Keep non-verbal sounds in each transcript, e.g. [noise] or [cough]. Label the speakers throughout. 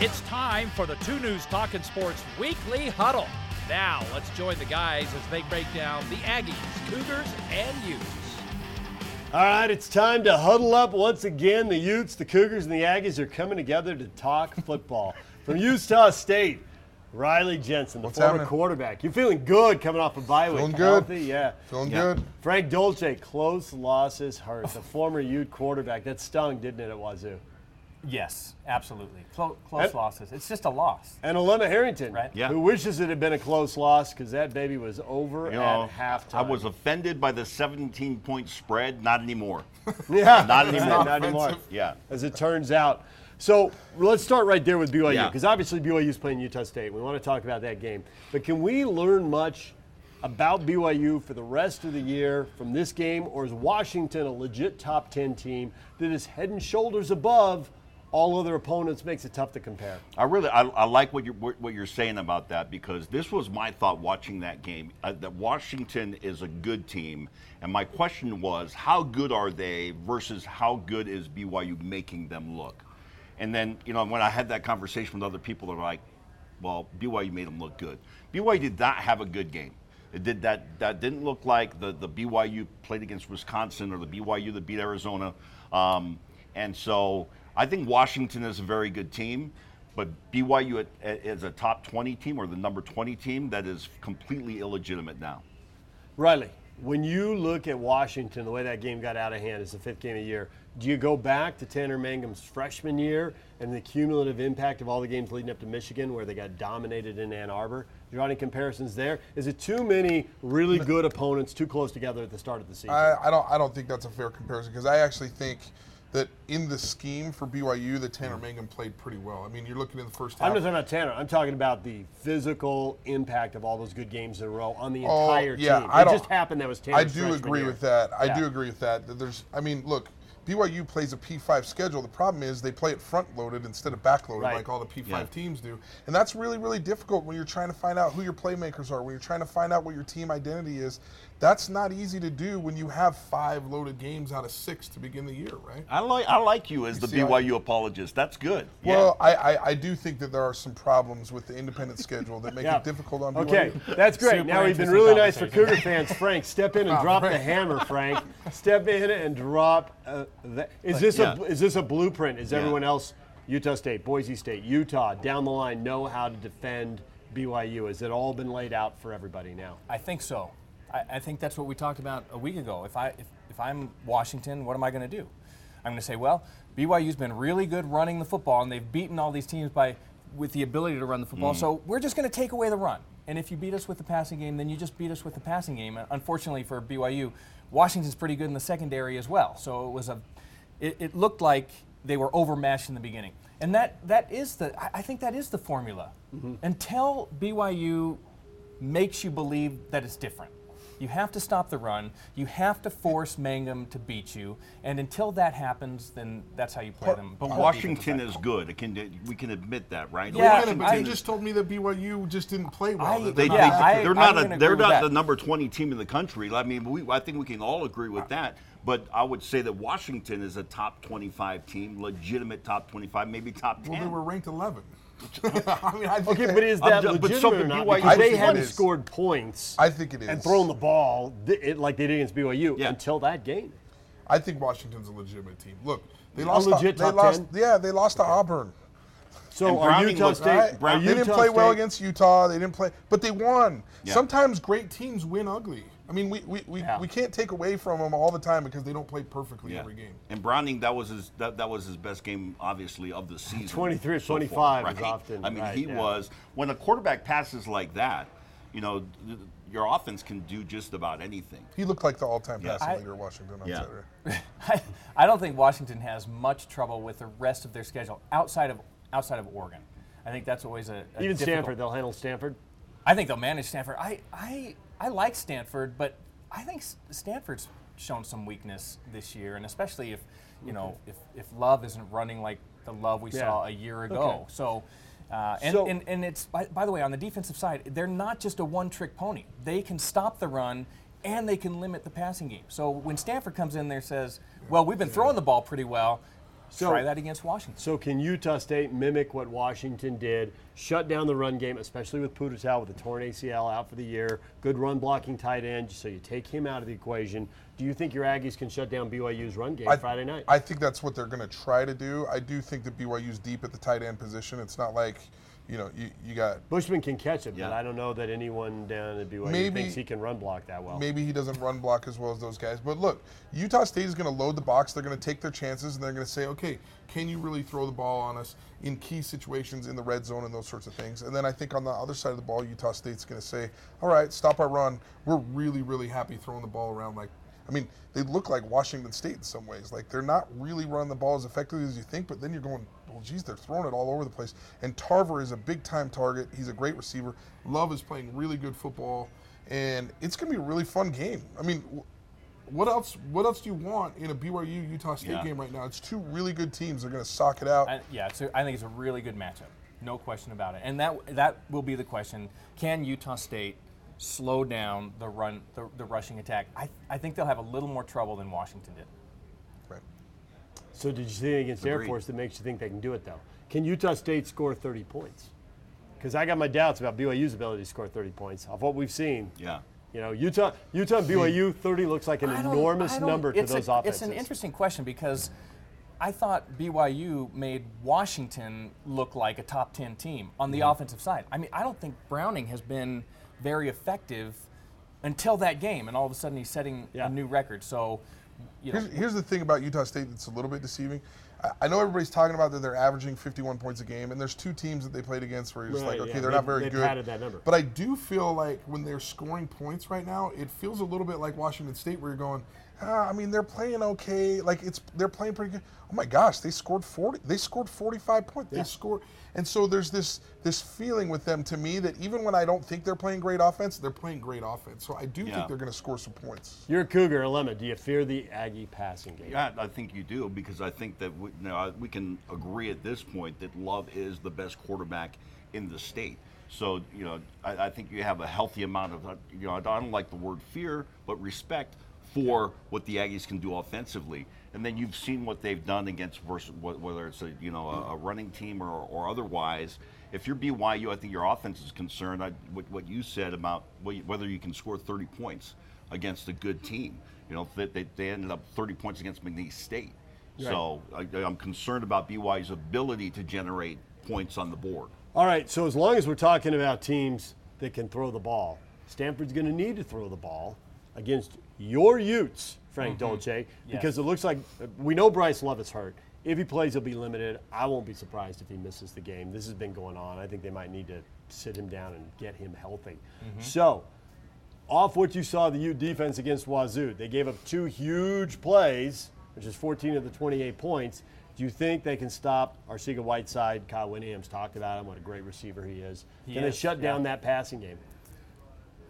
Speaker 1: It's time for the 2 News Talking Sports Weekly Huddle. Now, let's join the guys as they break down the Aggies, Cougars, and Utes.
Speaker 2: All right, it's time to huddle up once again. The Utes, the Cougars, and the Aggies are coming together to talk [laughs] football. From Utah State, Riley Jensen, the
Speaker 3: What's
Speaker 2: former
Speaker 3: happening?
Speaker 2: quarterback. You're feeling good coming off a bye week.
Speaker 3: Feeling good.
Speaker 2: Healthy, yeah.
Speaker 3: Feeling
Speaker 2: Yeah.
Speaker 3: good.
Speaker 2: Frank Dolce, close losses hurt. The former Ute quarterback. That stung, didn't it, at Wazoo?
Speaker 4: Yes, absolutely. Close, close
Speaker 2: That-
Speaker 4: losses. It's just a loss.
Speaker 2: And Alema Harrington,
Speaker 4: Right.
Speaker 5: Yeah.
Speaker 2: who wishes it had been a close loss because that baby was over
Speaker 5: You
Speaker 2: at
Speaker 5: know,
Speaker 2: halftime.
Speaker 5: I was offended by the 17 point spread. Not anymore.
Speaker 2: yeah,
Speaker 5: not anymore.
Speaker 2: Not anymore.
Speaker 3: Offensive.
Speaker 5: yeah.
Speaker 2: as it turns out. So let's start right there with BYU
Speaker 5: Yeah.
Speaker 2: because obviously BYU is playing Utah State. We want to talk about that game, but can we learn much about BYU for the rest of the year from this game, or is Washington a legit top ten team that is head and shoulders above all other opponents? Makes it tough to compare.
Speaker 5: I really I, I like what you're what what you're saying about that because this was my thought watching that game uh, that Washington is a good team and my question was how good are they versus how good is BYU making them look and then you know when I had that conversation with other people they're like well BYU made them look good BYU did not have a good game it did that that didn't look like the the BYU played against Wisconsin or the BYU that beat Arizona um, and so I think Washington is a very good team. But BYU at- at- is a top 20 team or the number 20 team that is completely illegitimate now.
Speaker 2: Riley, when you look at Washington, the way that game got out of hand is the fifth game of the year. Do you go back to Tanner Mangum's freshman year and the cumulative impact of all the games leading up to Michigan, where they got dominated in Ann Arbor? Draw any comparisons there? Is it too many really good opponents too close together at the start of the season?
Speaker 3: I, I don't. I don't think that's a fair comparison because I actually think that in the scheme for BYU, that Tanner Mangum played pretty well. I mean, you're looking in the first half.
Speaker 2: I'm not talking about Tanner. I'm talking about the physical impact of all those good games in a row on the
Speaker 3: Oh,
Speaker 2: entire
Speaker 3: yeah,
Speaker 2: team.
Speaker 3: I
Speaker 2: it
Speaker 3: don't-
Speaker 2: just happened that was Tanner.
Speaker 3: I do agree with that. I
Speaker 2: Yeah.
Speaker 3: do agree with that. That there's. I mean, look, BYU plays a P5 schedule. The problem is they play it front loaded instead of back loaded
Speaker 2: Right.
Speaker 3: like all the P5
Speaker 5: Yeah.
Speaker 3: teams do, and that's really really difficult when you're trying to find out who your playmakers are, when you're trying to find out what your team identity is. That's not easy to do when you have five loaded games out of six to begin the year, right?
Speaker 5: I like I like you as the
Speaker 3: see, I-
Speaker 5: BYU apologist. That's good.
Speaker 3: Well, I, I, I do think that there are some problems with the independent schedule that make
Speaker 2: Yeah.
Speaker 3: it difficult on BYU.
Speaker 2: Okay, that's great.
Speaker 4: Super
Speaker 2: now we've been
Speaker 4: interesting
Speaker 2: really nice for Cougar
Speaker 4: conversation.
Speaker 2: fans. Frank, step
Speaker 5: [laughs]
Speaker 2: in and
Speaker 5: Oh,
Speaker 2: drop the
Speaker 3: Frank.
Speaker 2: hammer, Frank. Step in and drop. Uh, the, is this a
Speaker 5: yeah.
Speaker 2: is this a blueprint? Is
Speaker 5: Yeah.
Speaker 2: everyone else Utah State, Boise State, Utah down the line know how to defend BYU? Has it all been laid out for everybody now?
Speaker 4: I think so. I, I think that's what we talked about a week ago. If I if, if I'm Washington, what am I going to do? I'm going to say, well, BYU's been really good running the football, and they've beaten all these teams by with the ability to run the football. So we're just going to take away the run. And if you beat us with the passing game, then you just beat us with the passing game. And Unfortunately for BYU, Washington's pretty good in the secondary as well. So it was a, it, it looked like they were overmatched in the beginning. And that that is the I I think that is the formula. Until BYU makes you believe that it's different. You have to stop the run. You have to force Mangum to beat you. And until that happens, then that's how you play them.
Speaker 5: but
Speaker 4: on the
Speaker 5: Washington
Speaker 4: defensive
Speaker 5: is good. It can we can admit that, right?
Speaker 4: Yeah,
Speaker 3: Wait a minute, but
Speaker 4: I-
Speaker 3: you just told me that BYU just didn't play well.
Speaker 4: I-
Speaker 3: that
Speaker 5: They,
Speaker 3: they're
Speaker 4: Yeah,
Speaker 3: not
Speaker 4: I-
Speaker 5: they, are not
Speaker 4: I'm gonna
Speaker 5: a, they're
Speaker 4: agree
Speaker 5: not
Speaker 4: with that.
Speaker 5: the number 20 team in the country. I mean, we, I think we can all agree with that. But I would say that Washington is a top 25 team, legitimate top 25, maybe top 10.
Speaker 3: Well, they were
Speaker 2: [laughs]
Speaker 3: ranked 11. [laughs] I mean, I think
Speaker 2: Okay,
Speaker 3: that-
Speaker 2: but is
Speaker 5: I'm
Speaker 2: that
Speaker 5: ju- but
Speaker 2: legitimate
Speaker 5: so
Speaker 2: or not?
Speaker 5: BYU
Speaker 2: Because
Speaker 3: I
Speaker 2: they
Speaker 3: think it
Speaker 2: hadn't
Speaker 3: is.
Speaker 2: scored points.
Speaker 3: I think it
Speaker 2: And
Speaker 3: is.
Speaker 2: thrown the ball th- it, like they did against BYU
Speaker 5: Yeah.
Speaker 2: until that game.
Speaker 3: I think Washington's a legitimate team. Look, they lost.
Speaker 2: legit
Speaker 3: to, they
Speaker 2: top
Speaker 3: lost.
Speaker 2: 10?
Speaker 3: Yeah, they lost to Auburn.
Speaker 2: So
Speaker 5: And
Speaker 2: are
Speaker 5: Browning
Speaker 2: Utah
Speaker 5: was-
Speaker 2: State?
Speaker 3: Right?
Speaker 2: are
Speaker 5: Brown-
Speaker 3: They didn't
Speaker 2: Utah
Speaker 3: play well
Speaker 2: State-
Speaker 3: against Utah. They didn't play, but they won.
Speaker 5: Yeah.
Speaker 3: Sometimes great teams win ugly. I mean, we we, we, we can't take away from them all the time because they don't play perfectly
Speaker 5: Yeah.
Speaker 3: every game.
Speaker 5: And Browning, that was his that, that was his best game, obviously, of the season.
Speaker 2: 23 or
Speaker 5: so far,
Speaker 2: 25 is often,
Speaker 5: I mean,
Speaker 2: right,
Speaker 5: he
Speaker 2: yeah.
Speaker 5: was when a quarterback passes like that, you know, th- your offense can do just about anything.
Speaker 3: He looked like the all-time
Speaker 5: Yeah.
Speaker 3: passing
Speaker 4: I-
Speaker 3: leader at Washington on
Speaker 5: Yeah.
Speaker 3: Saturday.
Speaker 4: [laughs] I, I don't think Washington has much trouble with the rest of their schedule outside of outside of Oregon. I think that's always a, a
Speaker 2: Even
Speaker 4: difficult-
Speaker 2: Stanford, they'll handle Stanford.
Speaker 4: I think they'll manage Stanford. I, I, I like Stanford, but I think S- Stanford's shown some weakness this year, and especially if you know if, if Love isn't running like the Love we
Speaker 2: Yeah.
Speaker 4: saw a year ago. So, uh, and,
Speaker 2: So-
Speaker 4: and and it's by, by the way on the defensive side, they're not just a one-trick pony. They can stop the run. And they can limit the passing game. So when Stanford comes in there and says, "Well, we've been throwing the ball pretty well,"
Speaker 2: So-
Speaker 4: Try that against Washington.
Speaker 2: So can Utah State mimic what Washington did? Shut down the run game, especially with Pudotow with a torn ACL out for the year. Good run blocking tight end, so you take him out of the equation. Do you think your Aggies can shut down BYU's run game Friday night?
Speaker 3: I think that's what they're going to try to do. I do think that BYU's deep at the tight end position. It's not like, you know, you, you got
Speaker 2: Bushman can catch it, but
Speaker 5: Yeah.
Speaker 2: I don't know that anyone down at BYU
Speaker 3: Maybe-
Speaker 2: thinks he can run block that well.
Speaker 3: maybe he doesn't run block as well as those guys. But look, Utah State is going to load the box. They're going to take their chances and they're going to say, okay, can you really throw the ball on us in key situations in the red zone and those sorts of things? And then I think on the other side of the ball, Utah State's going to say, all right, stop our run. We're really, really happy throwing the ball around like. I mean, they look like Washington State in some ways. Like they're not really running the ball as effectively as you think, but then you're going, well, geez, they're throwing it all over the place. And Tarver is a big time target. He's a great receiver. Love is playing really good football and it's going to be a really fun game. I mean, wh- what else? What else do you want in a BYU Utah State
Speaker 5: Yeah.
Speaker 3: game right now? It's two really good teams. They're going to sock it out.
Speaker 4: I, yeah, so I think it's a really good matchup, no question about it. And that that will be the question: Can Utah State slow down the run, the, the rushing attack? I, I think they'll have a little more trouble than Washington did.
Speaker 3: Right.
Speaker 2: So did you see it against Air
Speaker 5: Agreed.
Speaker 2: Force that makes you think they can do it though? Can Utah State score 30 points? Because I got my doubts about BYU's ability to score 30 points off what we've seen.
Speaker 5: Yeah.
Speaker 2: You know, Utah, Utah, and BYU 30 looks like an
Speaker 4: I don't- I
Speaker 2: enormous
Speaker 4: don't-
Speaker 2: number to
Speaker 4: it's a-
Speaker 2: those offenses.
Speaker 4: It's an interesting question because I thought BYU made Washington look like a top 10 team on
Speaker 2: Mm-hmm.
Speaker 4: the offensive side. I mean, I don't think Browning has been very effective until that game, and all of a sudden he's setting
Speaker 2: Yeah.
Speaker 4: a new record. So, you know,
Speaker 3: Here's, here's the thing about Utah State that's a little bit deceiving. I, I know everybody's talking about that they're averaging 51 points a game, and there's two teams that they played against where you're just
Speaker 2: Right,
Speaker 3: like, okay,
Speaker 2: yeah,
Speaker 3: they're
Speaker 2: they-
Speaker 3: not very
Speaker 2: they
Speaker 3: good.
Speaker 2: padded that number.
Speaker 3: But I do feel like when they're scoring points right now, it feels a little bit like Washington State, where you're going, ah, I mean, they're playing okay. Like it's they're playing pretty good. Oh my gosh, they scored 40. They scored 45 points. They scored, and so there's this this feeling with them to me that even when I don't think they're playing great offense, they're playing great offense. So I do
Speaker 5: Yeah.
Speaker 3: think they're going to score some points.
Speaker 2: You're a Cougar, Alema. Do you fear the Aggie passing game?
Speaker 5: Yeah, I think you do because I think that we, you know, I- we can agree at this point that Love is the best quarterback in the state. So you know, I, I think you have a healthy amount of uh, you know I don't like the word fear, but respect for what the Aggies can do offensively. And then you've seen what they've done against vers- wh- whether it's a you know a, a running team or, or otherwise. If you're BYU, I think your offense is concerned. I, what, what you said about wh- whether you can score 30 points against a good team. You know, they, they, they ended up 30 points against McNeese State. So I, I'm concerned about BYU's ability to generate points on the board.
Speaker 2: All right, so as long as we're talking about teams that can throw the ball, Stanford's going to need to throw the ball against your Utes, Frank
Speaker 4: Mm-hmm.
Speaker 2: Dolce, because it looks like we know Bryce Love is hurt. If he plays, he'll be limited. I won't be surprised if he misses the game. This has been going on. I think they might need to sit him down and get him healthy.
Speaker 4: Mm-hmm.
Speaker 2: So, off what you saw the Ute defense against Wazoo, they gave up two huge plays, which is 14 of the 28 points. Do you think they can stop Arcega Whiteside? Kyle Winhams talked about him, what a great receiver he is. can
Speaker 4: is,
Speaker 2: they shut down that passing game?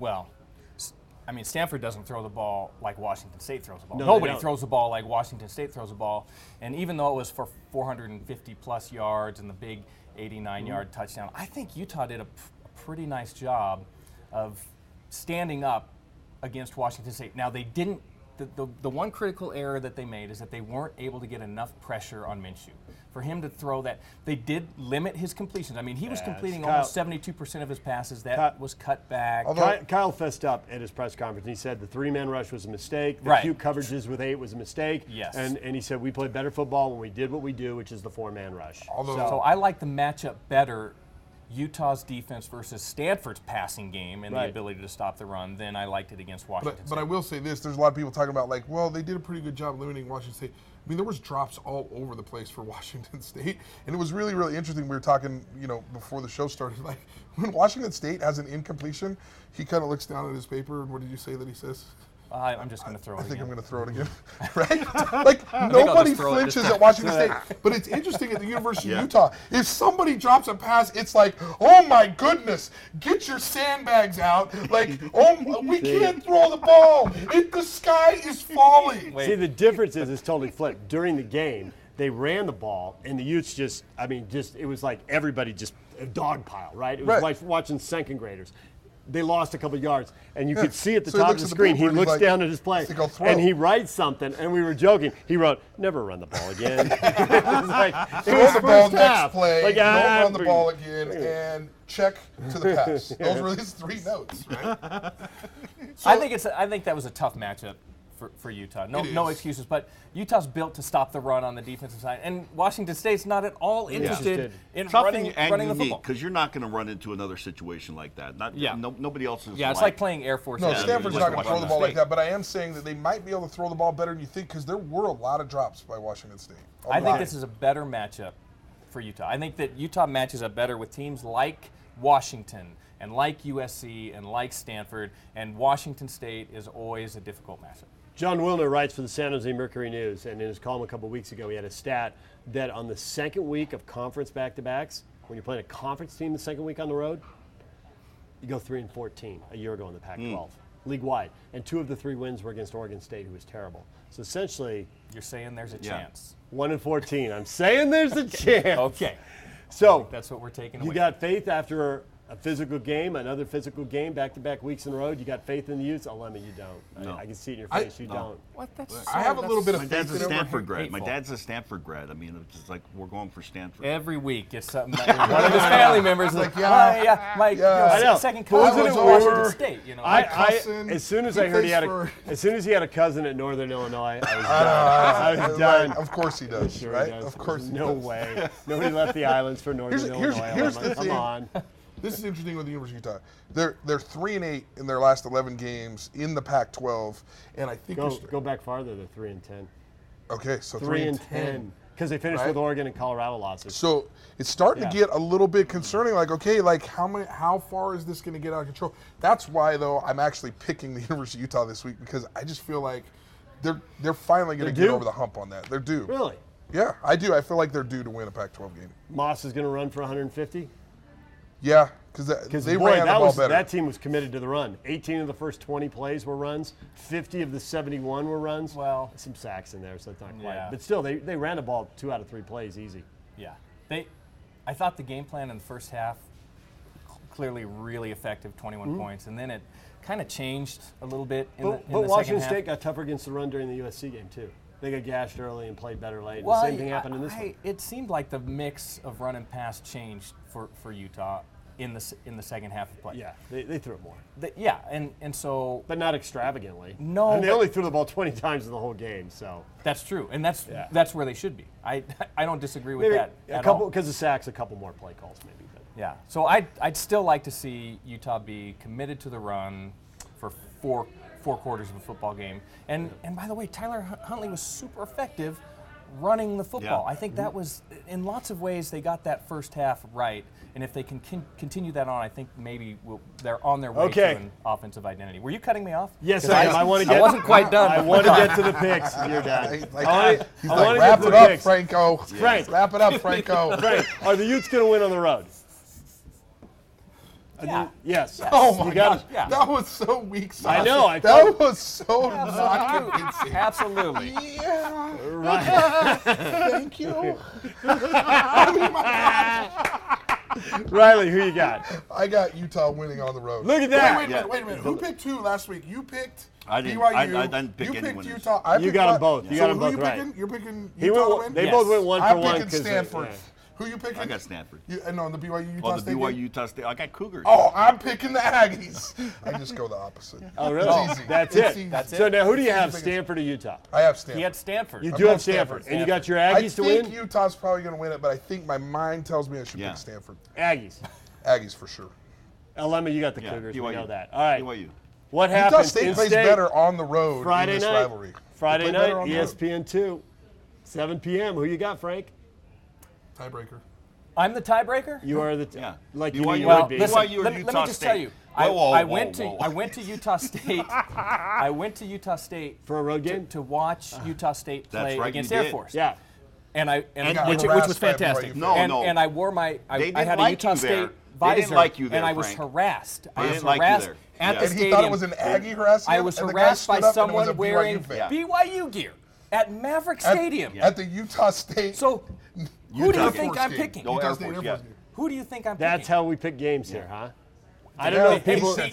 Speaker 4: well, s- I mean, Stanford doesn't throw the ball like Washington State throws the ball.
Speaker 2: No, they
Speaker 4: Nobody
Speaker 2: don't.
Speaker 4: throws the ball like Washington State throws the ball. And even though it was for 450 plus yards and the big 89
Speaker 2: Mm-hmm.
Speaker 4: yard touchdown, I think Utah did a, p- a pretty nice job of standing up against Washington State. Now, they didn't. The, the, the one critical error that they made is that they weren't able to get enough pressure on Minshew. For him to throw that, they did limit his completions. I mean, he was completing
Speaker 2: Kyle-
Speaker 4: almost 72% of his passes. That
Speaker 2: Kyle-
Speaker 4: was cut back.
Speaker 2: Kyle, Kyle fessed up at his press conference. He said the three-man rush was a mistake. The
Speaker 4: Right.
Speaker 2: cute coverages with eight was a mistake.
Speaker 4: Yes.
Speaker 2: And, and he said we played better football when we did what we do, which is the four-man rush.
Speaker 3: Although
Speaker 4: So I like the matchup better, Utah's defense versus Stanford's passing game and
Speaker 2: Right.
Speaker 4: the ability to stop the run than I liked it against Washington.
Speaker 3: But, but I will say this: there's a lot of people talking about like, well, they did a pretty good job limiting Washington State. I mean, there was drops all over the place for [laughs] Washington State, and it was really, really interesting. We were talking, you know, before the show started, [laughs] like when Washington State has an incompletion, he kind of looks down at his paper, and what did you say that he says?
Speaker 4: State. I, I'm just going to throw
Speaker 3: I
Speaker 4: it
Speaker 3: think
Speaker 4: again.
Speaker 3: I'm going to throw it
Speaker 4: [laughs]
Speaker 3: again, [laughs] right? like nobody
Speaker 4: just throw it this
Speaker 3: flinches
Speaker 4: time.
Speaker 3: at Washington State,
Speaker 4: [laughs]
Speaker 3: but it's interesting at the University of Utah. If somebody drops a pass, it's like, oh my goodness, get your sandbags out!
Speaker 4: [laughs]
Speaker 3: Like, oh, my- we can't throw the ball. It, the sky is falling.
Speaker 4: Wait.
Speaker 2: See, the difference is it's totally flipped. During the game, they ran the ball, and the Utes just, I mean, just, it was like everybody just a dog pile, right? It was
Speaker 3: Right.
Speaker 2: like watching second graders. they lost a couple yards, and you
Speaker 3: Yeah.
Speaker 2: could see at the
Speaker 3: So he
Speaker 2: top of
Speaker 3: looks
Speaker 2: the
Speaker 3: at the
Speaker 2: screen.
Speaker 3: paper
Speaker 2: he
Speaker 3: and he's
Speaker 2: looks
Speaker 3: like,
Speaker 2: down at his play,
Speaker 3: "Let's go throw."
Speaker 2: and he writes something. And we were joking. He wrote, "Never run the ball again." [laughs] it was like, it
Speaker 3: Throw
Speaker 2: was
Speaker 3: the ball
Speaker 2: first
Speaker 3: next
Speaker 2: half.
Speaker 3: play.
Speaker 2: Like,
Speaker 3: don't
Speaker 2: ah,
Speaker 3: run the ball again, and check to the pass.
Speaker 4: [laughs]
Speaker 3: Those were his three notes, right?
Speaker 4: I think it's. I think that was a tough matchup for, for Utah. No,
Speaker 3: It
Speaker 4: no
Speaker 3: is.
Speaker 4: excuses. But Utah's built to stop the run on the defensive side, and Washington State's not at all interested
Speaker 2: Interested.
Speaker 4: in
Speaker 5: Something
Speaker 4: running,
Speaker 5: and
Speaker 4: running the
Speaker 5: unique
Speaker 4: football.
Speaker 5: because you're not going to run into another situation like that. Not,
Speaker 4: Yeah.
Speaker 5: no- nobody else is.
Speaker 4: Yeah, it's like playing Air Force.
Speaker 3: No,
Speaker 4: Academy.
Speaker 3: Stanford's
Speaker 5: just
Speaker 3: not going to
Speaker 5: watch
Speaker 3: throw the
Speaker 5: them
Speaker 3: ball like
Speaker 5: stay.
Speaker 3: that, but I am saying that they might be able to throw the ball better than you think because there were a lot of drops by Washington State. A
Speaker 4: I think
Speaker 3: lot.
Speaker 4: this is a better matchup for Utah. I think that Utah matches up better with teams like Washington and like USC and like Stanford, and Washington State is always a difficult matchup.
Speaker 2: John Wilner writes for the San Jose Mercury News, and in his column a couple weeks ago, he had a stat that on the second week of conference back-to-backs, when you're playing a conference team the second week on the road, you go three and 14 a year ago in the Pac-12, league-wide, and two of the three wins were against Oregon State, who was terrible. So essentially,
Speaker 4: You're saying there's a
Speaker 5: Yeah.
Speaker 4: chance.
Speaker 2: one and 14. I'm saying there's a chance.
Speaker 4: [laughs] Okay, Oh,
Speaker 2: So
Speaker 4: that's what we're taking
Speaker 2: you
Speaker 4: away.
Speaker 2: got faith after a physical game, another physical game, back-to-back weeks in a row. You got faith in the youth. Oh, Lemmy, you don't.
Speaker 5: No.
Speaker 2: I, I can see it in your
Speaker 3: I-
Speaker 2: face. you
Speaker 5: no.
Speaker 2: don't.
Speaker 4: what? That's so-
Speaker 3: I have a
Speaker 4: that's-
Speaker 3: little bit
Speaker 5: My
Speaker 3: of
Speaker 5: dad's a
Speaker 3: They were [laughs]
Speaker 5: Stanford grad. My
Speaker 4: hateful.
Speaker 5: dad's a Stanford grad. I mean, it's just like we're going for Stanford.
Speaker 4: Every week, it's something
Speaker 2: [laughs]
Speaker 4: that one of his family members is like, yeah, oh, yeah, my you know,
Speaker 3: yeah.
Speaker 2: I know.
Speaker 4: se- second
Speaker 2: But
Speaker 4: cousin
Speaker 2: wasn't
Speaker 4: was
Speaker 2: it
Speaker 4: Washington
Speaker 2: over-
Speaker 4: State. You know,
Speaker 2: I,
Speaker 4: Like,
Speaker 2: I-
Speaker 3: cousin,
Speaker 2: as soon as
Speaker 3: he
Speaker 2: I heard he
Speaker 3: plays
Speaker 2: had a,
Speaker 3: for-
Speaker 2: as soon as he had a cousin at Northern Illinois, I was
Speaker 3: [laughs]
Speaker 2: done. I was
Speaker 3: Uh, right,
Speaker 2: done.
Speaker 3: Of course he does,
Speaker 2: Sure he
Speaker 3: right?
Speaker 2: does.
Speaker 3: Of course he
Speaker 2: no
Speaker 3: does. [laughs]
Speaker 2: way. Nobody left the islands for Northern
Speaker 3: Here's- here's-
Speaker 2: Illinois. I'm
Speaker 3: here's
Speaker 2: like,
Speaker 3: the
Speaker 2: Come
Speaker 3: thing.
Speaker 2: on.
Speaker 3: This is interesting with the University of Utah. They're they're three and eight in their last eleven games in the Pac-12, and I think
Speaker 2: Go,
Speaker 3: they're-
Speaker 2: go back farther. They're three and ten.
Speaker 3: okay, so
Speaker 2: Three, and ten. Because they finished
Speaker 3: right?
Speaker 2: with Oregon and Colorado losses.
Speaker 3: So it's starting to
Speaker 2: Yeah.
Speaker 3: get a little bit concerning. Like, okay, like how many, how far is this going to get out of control? That's why though I'm actually picking the [laughs] University of Utah this week because I just feel like they're they're finally going to
Speaker 2: They're
Speaker 3: get
Speaker 2: due?
Speaker 3: over the hump on that. They're due.
Speaker 2: Really,
Speaker 3: Yeah, I do. I feel like they're due to win a Pac-12 game.
Speaker 2: Moss is going to run for 150.
Speaker 3: Yeah, because
Speaker 2: Because
Speaker 3: they
Speaker 2: boy,
Speaker 3: ran the
Speaker 2: that
Speaker 3: ball
Speaker 2: was
Speaker 3: better.
Speaker 2: that team was committed to the run. 18 of the first 20 plays were runs. 50 of the 71 were runs.
Speaker 4: Well-
Speaker 2: some sacks in there, so it's not quite.
Speaker 4: Yeah.
Speaker 2: But still, they, they ran the ball two out of three plays easy.
Speaker 4: Yeah, they. I thought the game plan in the first half cl- clearly really effective, 21 points, and then it kind of changed a little bit in
Speaker 2: Mm-hmm. But,
Speaker 4: the, in
Speaker 2: but
Speaker 4: the
Speaker 2: Washington
Speaker 4: second
Speaker 2: State
Speaker 4: half.
Speaker 2: got tougher against the run during the USC game too. They got gashed early and played better late.
Speaker 4: Well,
Speaker 2: the same thing
Speaker 4: I-
Speaker 2: happened in this
Speaker 4: I-
Speaker 2: one.
Speaker 4: It seemed like the mix of run and pass changed for, for Utah in the s- in the second half of play.
Speaker 2: Yeah, they, they threw it more,
Speaker 4: The- yeah, and and so
Speaker 2: but not extravagantly.
Speaker 4: No,
Speaker 2: and they
Speaker 4: but-
Speaker 2: only threw the ball 20 times in the whole game. So
Speaker 4: that's true, and that's
Speaker 2: Yeah.
Speaker 4: that's where they should be. I [laughs] I don't disagree with
Speaker 2: maybe
Speaker 4: that
Speaker 2: a
Speaker 4: at
Speaker 2: couple
Speaker 4: all.
Speaker 2: because of sacks, a couple more play calls maybe. But
Speaker 4: Yeah. So I'd, I'd still like to see Utah be committed to the run for four four quarters of a football game. And and by the way, Tyler Hun- Huntley was super effective running the football.
Speaker 5: Yeah.
Speaker 4: I think
Speaker 2: Mm-hmm.
Speaker 4: that was in lots of ways they got that first half right. And if they can con- continue that on, I think maybe we'll, they're on their way
Speaker 2: Okay.
Speaker 4: to an offensive identity. Were you cutting me off?
Speaker 2: yes,
Speaker 4: 'Cause
Speaker 2: I, am. I want to get.
Speaker 4: I wasn't quite done.
Speaker 2: I
Speaker 4: but-
Speaker 2: want to get to the picks. You're done.
Speaker 3: He's like,
Speaker 2: I wanna-
Speaker 3: he's
Speaker 2: I
Speaker 3: like,
Speaker 2: wanna get
Speaker 3: wrap
Speaker 2: to
Speaker 3: it
Speaker 2: the
Speaker 3: up,
Speaker 2: picks."
Speaker 3: Franco.
Speaker 2: Frank.
Speaker 3: Wrap it
Speaker 2: [laughs]
Speaker 3: up, Franco.
Speaker 2: Right. Are the Utes going to win on the road?
Speaker 4: Yeah.
Speaker 2: Yes.
Speaker 3: Oh my
Speaker 2: You got
Speaker 3: gosh,
Speaker 2: it.
Speaker 3: [laughs]
Speaker 4: Yeah.
Speaker 3: that was so weak. Saucy.
Speaker 2: I know, I
Speaker 3: that
Speaker 2: told- [laughs]
Speaker 3: was so
Speaker 5: [laughs]
Speaker 3: not convincing.
Speaker 4: Absolutely.
Speaker 3: [laughs] Yeah.
Speaker 2: Right.
Speaker 3: Thank you.
Speaker 2: Riley, who you got?
Speaker 3: I got Utah winning on the road.
Speaker 2: Look at that.
Speaker 3: Wait, wait, a
Speaker 5: Yeah.
Speaker 3: minute, wait a minute. Who picked who last week? You picked
Speaker 5: I didn't-
Speaker 3: BYU.
Speaker 5: I- I didn't pick
Speaker 3: you
Speaker 5: any
Speaker 3: picked
Speaker 5: winners.
Speaker 3: Utah. I
Speaker 2: You
Speaker 3: picked
Speaker 2: got 'em
Speaker 3: Wy-
Speaker 2: both. You
Speaker 3: so
Speaker 2: got 'em
Speaker 3: who
Speaker 2: both
Speaker 3: you
Speaker 2: right.
Speaker 3: Picking? You're picking
Speaker 2: He
Speaker 3: Utah to
Speaker 2: went,
Speaker 3: win?
Speaker 2: they
Speaker 4: Yes.
Speaker 2: both went one
Speaker 3: I'm
Speaker 2: for one.
Speaker 3: picking
Speaker 2: 'cause they-
Speaker 3: Stanford.
Speaker 2: yeah.
Speaker 3: Who you picking?
Speaker 5: I got Stanford.
Speaker 3: You, and on the BYU Utah
Speaker 5: Oh, the
Speaker 3: State
Speaker 5: BYU
Speaker 3: game?
Speaker 5: Utah State. I got Cougars.
Speaker 3: Oh, I'm picking the Aggies. I just go the opposite.
Speaker 2: Oh,
Speaker 3: It's
Speaker 2: really?
Speaker 3: easy.
Speaker 2: That's
Speaker 3: It's
Speaker 2: it.
Speaker 3: easy.
Speaker 4: That's it.
Speaker 2: So now, who do you
Speaker 3: It's
Speaker 2: have,
Speaker 3: easy.
Speaker 2: Stanford or Utah?
Speaker 3: I have
Speaker 4: He
Speaker 3: Stanford.
Speaker 4: had Stanford.
Speaker 2: You do
Speaker 3: got
Speaker 2: have Stanford,
Speaker 3: Stanford.
Speaker 2: and you got your
Speaker 3: I
Speaker 2: Aggies to
Speaker 3: think
Speaker 2: win.
Speaker 3: Utah's probably going to win it, but I think my mind tells me I should
Speaker 5: Yeah.
Speaker 3: pick Stanford.
Speaker 2: Aggies.
Speaker 3: Aggies for sure.
Speaker 2: Alema, you got the
Speaker 5: Yeah,
Speaker 2: Cougars. We
Speaker 5: BYU.
Speaker 2: know that. All right.
Speaker 5: BYU.
Speaker 2: What happens?
Speaker 3: Utah State plays
Speaker 2: in-state
Speaker 3: better on the road
Speaker 2: Friday
Speaker 3: in this
Speaker 2: night.
Speaker 3: rivalry.
Speaker 2: Friday
Speaker 3: They play
Speaker 2: night. E
Speaker 3: better on
Speaker 4: E
Speaker 3: the road.
Speaker 2: ESPN two, 7 p.m. Who you got, Frank?
Speaker 3: Tiebreaker.
Speaker 4: I'm the tiebreaker?
Speaker 2: You are the t-
Speaker 5: Yeah.
Speaker 2: like
Speaker 5: BYU
Speaker 2: you, you
Speaker 5: would
Speaker 2: would
Speaker 4: Well,
Speaker 2: be.
Speaker 4: listen,
Speaker 5: BYU or
Speaker 4: let, me- let
Speaker 5: Utah
Speaker 4: me just
Speaker 5: State?
Speaker 4: tell you, I,
Speaker 5: Whoa, whoa,
Speaker 4: I
Speaker 5: whoa,
Speaker 4: went
Speaker 5: whoa.
Speaker 4: to I went to
Speaker 5: [laughs]
Speaker 4: Utah State. I went to Utah State
Speaker 2: For a road
Speaker 4: to-
Speaker 2: game?
Speaker 4: to, watch Utah State
Speaker 5: That's
Speaker 4: play
Speaker 5: right,
Speaker 4: against
Speaker 5: you
Speaker 4: Air
Speaker 5: did.
Speaker 4: Force.
Speaker 2: yeah.
Speaker 4: and I and
Speaker 3: got
Speaker 4: which, which
Speaker 3: harassed
Speaker 4: was
Speaker 3: by BYU
Speaker 4: fantastic.
Speaker 3: fans.
Speaker 5: No,
Speaker 4: and,
Speaker 5: Oh, no.
Speaker 4: and I wore my I,
Speaker 5: They
Speaker 4: I
Speaker 5: didn't
Speaker 4: had a
Speaker 5: like
Speaker 4: Utah
Speaker 5: you there.
Speaker 4: State
Speaker 5: They
Speaker 4: visor,
Speaker 5: didn't like you there,
Speaker 4: and I was
Speaker 5: Frank.
Speaker 4: harassed. I
Speaker 5: They
Speaker 4: was
Speaker 5: didn't like you
Speaker 4: harassed
Speaker 5: there.
Speaker 4: at
Speaker 5: Yeah.
Speaker 4: the
Speaker 3: And he
Speaker 4: stadium.
Speaker 3: thought it was an Aggie harassment.
Speaker 4: I was
Speaker 3: and the guy
Speaker 4: harassed
Speaker 3: stood
Speaker 4: by
Speaker 3: up and it was
Speaker 4: someone
Speaker 3: a BYU
Speaker 4: wearing
Speaker 3: fan.
Speaker 4: BYU gear at Maverick
Speaker 3: At-
Speaker 4: Stadium.
Speaker 3: At the Utah State.
Speaker 4: So, who
Speaker 5: Utah
Speaker 4: do you
Speaker 5: Air
Speaker 4: think
Speaker 3: Force
Speaker 4: I'm
Speaker 3: game.
Speaker 4: picking?
Speaker 5: No
Speaker 3: Utah
Speaker 5: Air
Speaker 3: State
Speaker 5: Force.
Speaker 3: Air
Speaker 5: Yeah.
Speaker 3: Force game.
Speaker 4: Who do you think I'm
Speaker 2: That's
Speaker 4: picking?
Speaker 2: how we pick games here, huh? I don't know
Speaker 3: Yeah,
Speaker 2: if
Speaker 3: he
Speaker 2: people.
Speaker 4: The
Speaker 3: said-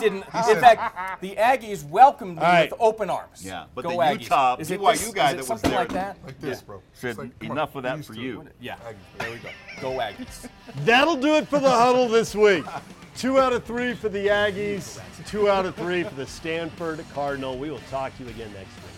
Speaker 1: [laughs]
Speaker 4: didn't. In fact, the Aggies welcomed me
Speaker 1: All right.
Speaker 4: with open arms.
Speaker 5: Yeah, but
Speaker 4: Go
Speaker 5: the
Speaker 4: Aggies.
Speaker 5: Utah
Speaker 4: Is it
Speaker 5: BYU
Speaker 4: this-
Speaker 5: guy
Speaker 4: is it
Speaker 5: that was
Speaker 4: something
Speaker 5: there-
Speaker 4: like that.
Speaker 3: Like this, bro.
Speaker 5: Said,
Speaker 3: It's like, come
Speaker 5: "Enough
Speaker 3: on,
Speaker 5: of that
Speaker 3: we're used
Speaker 5: for
Speaker 3: to it."
Speaker 5: you.
Speaker 4: Yeah.
Speaker 3: Aggies, There we go.
Speaker 4: Go Aggies.
Speaker 2: That'll do it for the huddle this week. Two out of three for the Aggies, two out of three for the Stanford Cardinal. We will talk to you again next week.